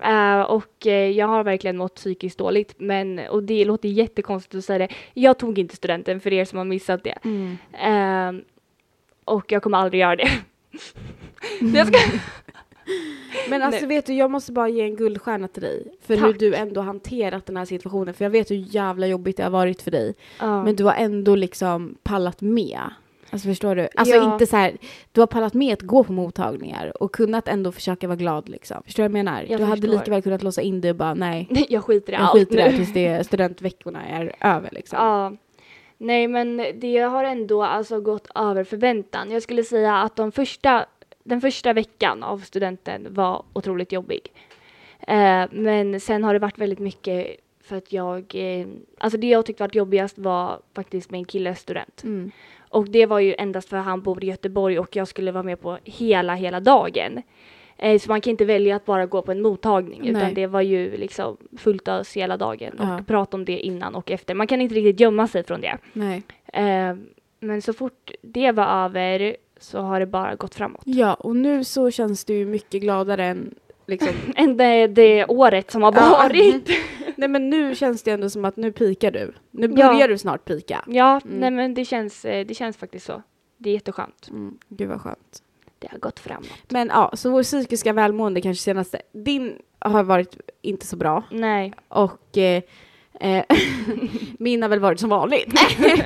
[SPEAKER 2] Eh, och eh, jag har verkligen mått psykiskt dåligt, men, och det låter jättekonstigt att säga det. Jag tog inte studenten för er som har missat det.
[SPEAKER 1] Mm.
[SPEAKER 2] Ehm, och jag kommer aldrig göra det. Jag ska,
[SPEAKER 1] Men alltså vet du, jag måste bara ge en guldstjärna till dig. För hur
[SPEAKER 2] Tack.
[SPEAKER 1] du ändå hanterat den här situationen. För jag vet hur jävla jobbigt det har varit för dig.
[SPEAKER 2] Ja.
[SPEAKER 1] Men du har ändå liksom pallat med. Alltså förstår du? Alltså
[SPEAKER 2] Ja.
[SPEAKER 1] inte så här, du har pallat med att gå på mottagningar och kunnat ändå föcka vara glad liksom. Förstår du vad jag menar?
[SPEAKER 2] Jag
[SPEAKER 1] du hade
[SPEAKER 2] förstår.
[SPEAKER 1] lika väl kunnat låsa in dig och bara nej,
[SPEAKER 2] Nej, jag skiter i
[SPEAKER 1] jag
[SPEAKER 2] allt
[SPEAKER 1] skiter i det
[SPEAKER 2] nu.
[SPEAKER 1] här tills det studentveckorna är över liksom.
[SPEAKER 2] Ja. Nej, men det har ändå alltså gått över förväntan. Jag skulle säga att de första, den första veckan av studenten var otroligt jobbig. Eh, men sen har det varit väldigt mycket för att jag, eh, alltså det jag tyckte var jobbigast var faktiskt min killes student.
[SPEAKER 1] Mm.
[SPEAKER 2] Och det var ju endast för att han bor i Göteborg och jag skulle vara med på hela, hela dagen. Eh, så man kan inte välja att bara gå på en mottagning
[SPEAKER 1] Nej.
[SPEAKER 2] utan det var ju liksom fullt ös hela dagen och
[SPEAKER 1] Ja.
[SPEAKER 2] prata om det innan och efter. Man kan inte riktigt gömma sig från det.
[SPEAKER 1] Nej.
[SPEAKER 2] Eh, men så fort det var över så har det bara gått framåt.
[SPEAKER 1] Ja, och nu så känns du ju mycket gladare än liksom.
[SPEAKER 2] Än det, det året som har
[SPEAKER 1] Ja.
[SPEAKER 2] varit.
[SPEAKER 1] nej men nu känns det ändå som att nu pikar du. Nu
[SPEAKER 2] Ja.
[SPEAKER 1] börjar du snart pika.
[SPEAKER 2] Ja,
[SPEAKER 1] Mm.
[SPEAKER 2] nej men det känns, eh, det känns faktiskt så. Det är jätteskönt.
[SPEAKER 1] Mm. Gud vad skönt.
[SPEAKER 2] Det har gått framåt.
[SPEAKER 1] Men ja, så vår psykiska välmående kanske senaste, din har varit inte så bra
[SPEAKER 2] Nej.
[SPEAKER 1] och eh, eh, min har väl varit som vanligt.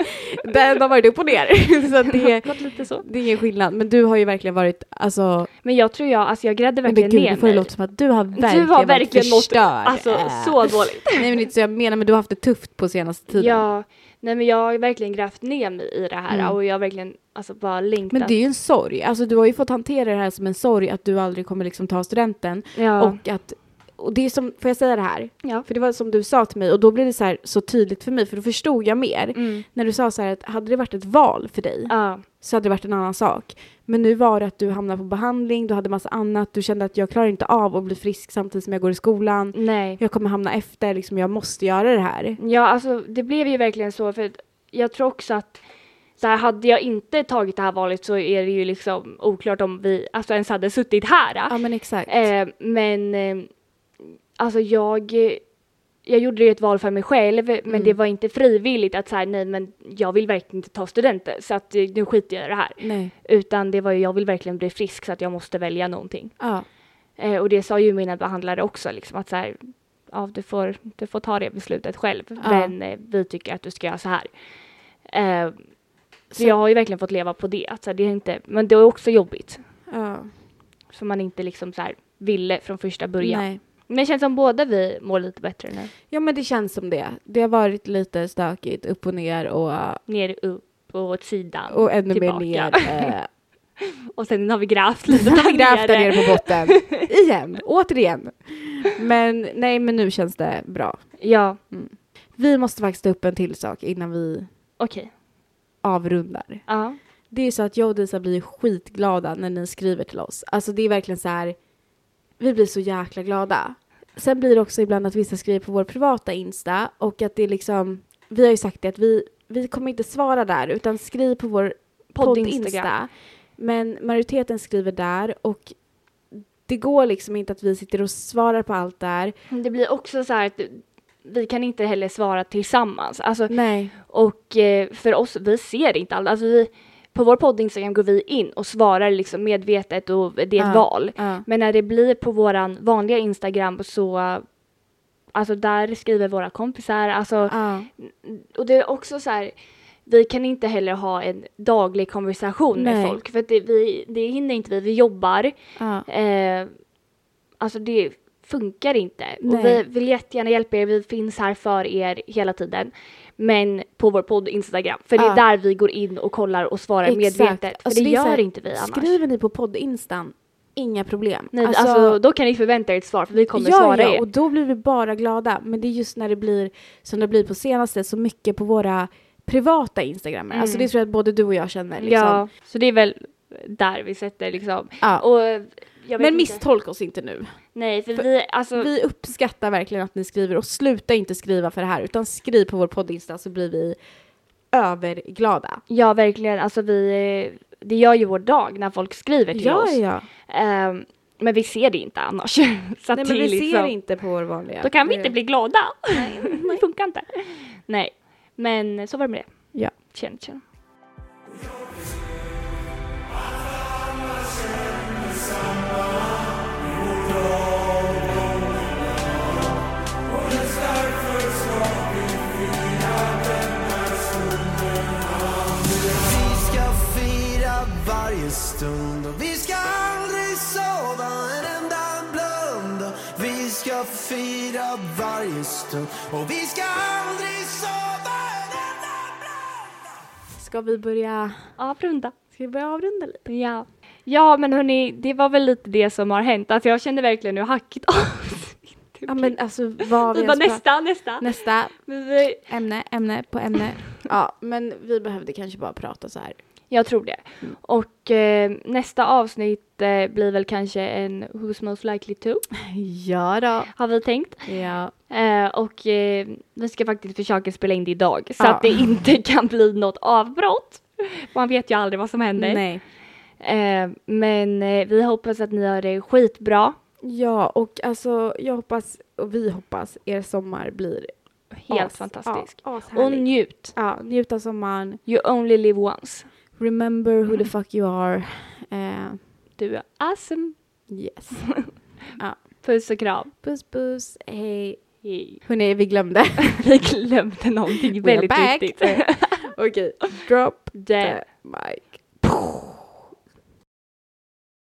[SPEAKER 1] Den har varit upp och ner. Eh, så att det,
[SPEAKER 2] Gått lite så.
[SPEAKER 1] det är ingen skillnad. Men du har ju verkligen varit, alltså,
[SPEAKER 2] Men jag tror jag, alltså jag grädde
[SPEAKER 1] men gud,
[SPEAKER 2] verkligen
[SPEAKER 1] det
[SPEAKER 2] ner
[SPEAKER 1] får det
[SPEAKER 2] mig.
[SPEAKER 1] låta som att du har verkligen,
[SPEAKER 2] Du har verkligen
[SPEAKER 1] varit
[SPEAKER 2] mått
[SPEAKER 1] förstörd.
[SPEAKER 2] alltså,
[SPEAKER 1] Eh,
[SPEAKER 2] så dåligt.
[SPEAKER 1] Nej men det är inte så jag menar, men du har haft det tufft på senaste tiden.
[SPEAKER 2] Ja, nej men jag har verkligen grävt ner mig i det här
[SPEAKER 1] Mm.
[SPEAKER 2] och jag har verkligen alltså bara längtat.
[SPEAKER 1] Men det är ju en sorg, alltså du har ju fått hantera det här som en sorg att du aldrig kommer liksom ta studenten
[SPEAKER 2] ja.
[SPEAKER 1] och att, och det är som, får jag säga det här?
[SPEAKER 2] ja.
[SPEAKER 1] För det var som du sa till mig och då blev det så här så tydligt för mig för då förstod jag mer.
[SPEAKER 2] Mm.
[SPEAKER 1] När du sa så här att hade det varit ett val för dig
[SPEAKER 2] ja.
[SPEAKER 1] så hade det varit en annan sak. Men nu var det att du hamnade på behandling, du hade massa annat, du kände att jag klarar inte av att bli frisk samtidigt som jag går i skolan.
[SPEAKER 2] Nej.
[SPEAKER 1] Jag kommer hamna efter, liksom jag måste göra det här.
[SPEAKER 2] Ja, alltså det blev ju verkligen så för att jag tror också att så här, hade jag inte tagit det här valet så är det ju liksom oklart om vi alltså ens hade suttit här.
[SPEAKER 1] Ja men exakt.
[SPEAKER 2] Eh, men eh, alltså jag, eh, jag gjorde ju ett val för mig själv men
[SPEAKER 1] Mm.
[SPEAKER 2] det var inte frivilligt att säga nej men jag vill verkligen inte ta studenten så att eh, nu skiter jag i det här.
[SPEAKER 1] Nej.
[SPEAKER 2] Utan det var ju jag vill verkligen bli frisk så att jag måste välja någonting.
[SPEAKER 1] Ja.
[SPEAKER 2] Eh, och det sa ju mina behandlare också liksom att så här, ja du får, du får ta det beslutet själv
[SPEAKER 1] Ja.
[SPEAKER 2] men eh, vi tycker att du ska göra så här. Eh, så,
[SPEAKER 1] Så-
[SPEAKER 2] jag har ju verkligen fått leva på det. Alltså, det är inte, men det är också jobbigt
[SPEAKER 1] ja.
[SPEAKER 2] som man inte liksom så här ville från första början.
[SPEAKER 1] Nej.
[SPEAKER 2] Men det känns som båda vi mår lite bättre nu.
[SPEAKER 1] Ja men det känns som det. Det har varit lite stökigt upp och ner och,
[SPEAKER 2] Ner, upp och åt sidan.
[SPEAKER 1] och ännu
[SPEAKER 2] Tillbaka.
[SPEAKER 1] mer ner. Eh,
[SPEAKER 2] Och sen har vi grävt lite
[SPEAKER 1] Han grävt där
[SPEAKER 2] nere.
[SPEAKER 1] nere på botten. Igen, återigen. Men nej, men nu känns det bra.
[SPEAKER 2] Ja,
[SPEAKER 1] Vi måste faktiskt ta upp en till sak innan vi
[SPEAKER 2] okej.
[SPEAKER 1] avrundar.
[SPEAKER 2] Ja.
[SPEAKER 1] Det är så att jag och Disa blir skitglada när ni skriver till oss. Alltså det är verkligen så här, vi blir så jäkla glada. Sen blir det också ibland att vissa skriver på vår privata Insta och att det är liksom, vi har ju sagt det att vi, vi kommer inte svara där utan skriv på vår podd-Insta.
[SPEAKER 2] Podd-Instagram.
[SPEAKER 1] Men majoriteten skriver där och det går liksom inte att vi sitter och svarar på allt där.
[SPEAKER 2] Det blir också så här att vi kan inte heller svara tillsammans. Alltså,
[SPEAKER 1] Nej.
[SPEAKER 2] Och eh, för oss, vi ser inte allt. Alltså vi, på vår podd Instagram går vi in och svarar liksom medvetet och det är ett
[SPEAKER 1] Ja.
[SPEAKER 2] val.
[SPEAKER 1] Ja.
[SPEAKER 2] Men när det blir på våran vanliga Instagram så eh, Alltså där skriver våra kompisar, alltså,
[SPEAKER 1] Ja.
[SPEAKER 2] och det är också så här, vi kan inte heller ha en daglig konversation
[SPEAKER 1] Nej.
[SPEAKER 2] med folk för att det, vi, det hinner inte vi, vi jobbar.
[SPEAKER 1] Ja.
[SPEAKER 2] Eh, alltså det funkar inte.
[SPEAKER 1] Nej.
[SPEAKER 2] Och vi vill jättegärna hjälpa er, vi finns här för er hela tiden. Men på vår podd Instagram, för det
[SPEAKER 1] Ja.
[SPEAKER 2] är där vi går in och kollar och svarar medvetet. För
[SPEAKER 1] Alltså, är så
[SPEAKER 2] det, gör
[SPEAKER 1] här,
[SPEAKER 2] inte vi annars.
[SPEAKER 1] Skriver ni på podd-instan, inga problem.
[SPEAKER 2] Nej, alltså, då kan ni förvänta er ett svar för vi kommer
[SPEAKER 1] ja,
[SPEAKER 2] svara
[SPEAKER 1] ja,
[SPEAKER 2] er.
[SPEAKER 1] och då blir vi bara glada. Men det är just när det blir, som det blir på senaste, så mycket på våra privata instagrammare. Alltså
[SPEAKER 2] Mm.
[SPEAKER 1] det tror jag att både du och jag känner. Liksom.
[SPEAKER 2] Ja, så det är väl där vi sätter liksom.
[SPEAKER 1] Ja.
[SPEAKER 2] Och jag
[SPEAKER 1] Men
[SPEAKER 2] vet inte.
[SPEAKER 1] misstolka oss inte nu.
[SPEAKER 2] Nej, för,
[SPEAKER 1] för-
[SPEAKER 2] vi, alltså,
[SPEAKER 1] Vi uppskattar verkligen att ni skriver och sluta inte skriva för det här utan skriv på vår poddinsta så blir vi överglada.
[SPEAKER 2] ja verkligen, alltså vi, det gör ju vår dag när folk skriver till oss.
[SPEAKER 1] ja.
[SPEAKER 2] Ehm, men vi ser det inte annars. Så
[SPEAKER 1] Nej
[SPEAKER 2] att det
[SPEAKER 1] men
[SPEAKER 2] är
[SPEAKER 1] vi ser
[SPEAKER 2] liksom-
[SPEAKER 1] inte på vår vanliga.
[SPEAKER 2] Då kan vi inte
[SPEAKER 1] Det-
[SPEAKER 2] bli glada. det funkar inte. Nej, men så var det med det.
[SPEAKER 1] Ja.
[SPEAKER 2] Tjena, tjena.
[SPEAKER 3] Vi ska fira varje stund och vi ska aldrig sova en enda blund. Vi ska fira varje stund och vi ska aldrig sova en enda blund.
[SPEAKER 1] Eh, Ska vi börja,
[SPEAKER 2] Avrunda.
[SPEAKER 1] ska vi börja avrunda lite?
[SPEAKER 2] Ja. ja, men hörni, det var väl lite det som har hänt. Alltså jag kände verkligen hur hackigt avsnittet
[SPEAKER 1] Ja
[SPEAKER 2] blev.
[SPEAKER 1] men alltså vad
[SPEAKER 2] Vi
[SPEAKER 1] vi
[SPEAKER 2] bara
[SPEAKER 1] ens pratar-
[SPEAKER 2] nästa, nästa.
[SPEAKER 1] nästa
[SPEAKER 2] Men vi-
[SPEAKER 1] ämne, ämne på ämne. ja men vi behövde kanske bara prata så här.
[SPEAKER 2] Jag tror det.
[SPEAKER 1] Mm.
[SPEAKER 2] Och eh, nästa avsnitt eh, blir väl kanske en Who's Most Likely To,
[SPEAKER 1] Ja då.
[SPEAKER 2] har vi tänkt.
[SPEAKER 1] Ja.
[SPEAKER 2] Eh, och eh, vi ska faktiskt försöka spela in det idag, så
[SPEAKER 1] Ja.
[SPEAKER 2] att det inte kan bli något avbrott. Man vet ju aldrig vad som händer.
[SPEAKER 1] Nej.
[SPEAKER 2] Eh, men eh, vi hoppas att ni har det skitbra.
[SPEAKER 1] Ja och alltså jag hoppas och vi hoppas er sommar blir
[SPEAKER 2] Helt
[SPEAKER 1] as-
[SPEAKER 2] fantastisk.
[SPEAKER 1] Ja,
[SPEAKER 2] och
[SPEAKER 1] ashärlig.
[SPEAKER 2] njut.
[SPEAKER 1] Ja, njut av sommaren.
[SPEAKER 2] You only live once.
[SPEAKER 1] Remember who the fuck you are. Eh,
[SPEAKER 2] Du är awesome.
[SPEAKER 1] yes.
[SPEAKER 2] Puss och kram.
[SPEAKER 1] Puss puss, hej.
[SPEAKER 2] Hej.
[SPEAKER 1] Hörni, vi glömde.
[SPEAKER 2] Vi glömde någonting
[SPEAKER 1] We are
[SPEAKER 2] väldigt
[SPEAKER 1] back.
[SPEAKER 2] viktigt.
[SPEAKER 1] Okej, drop
[SPEAKER 2] Damn.
[SPEAKER 1] the mic.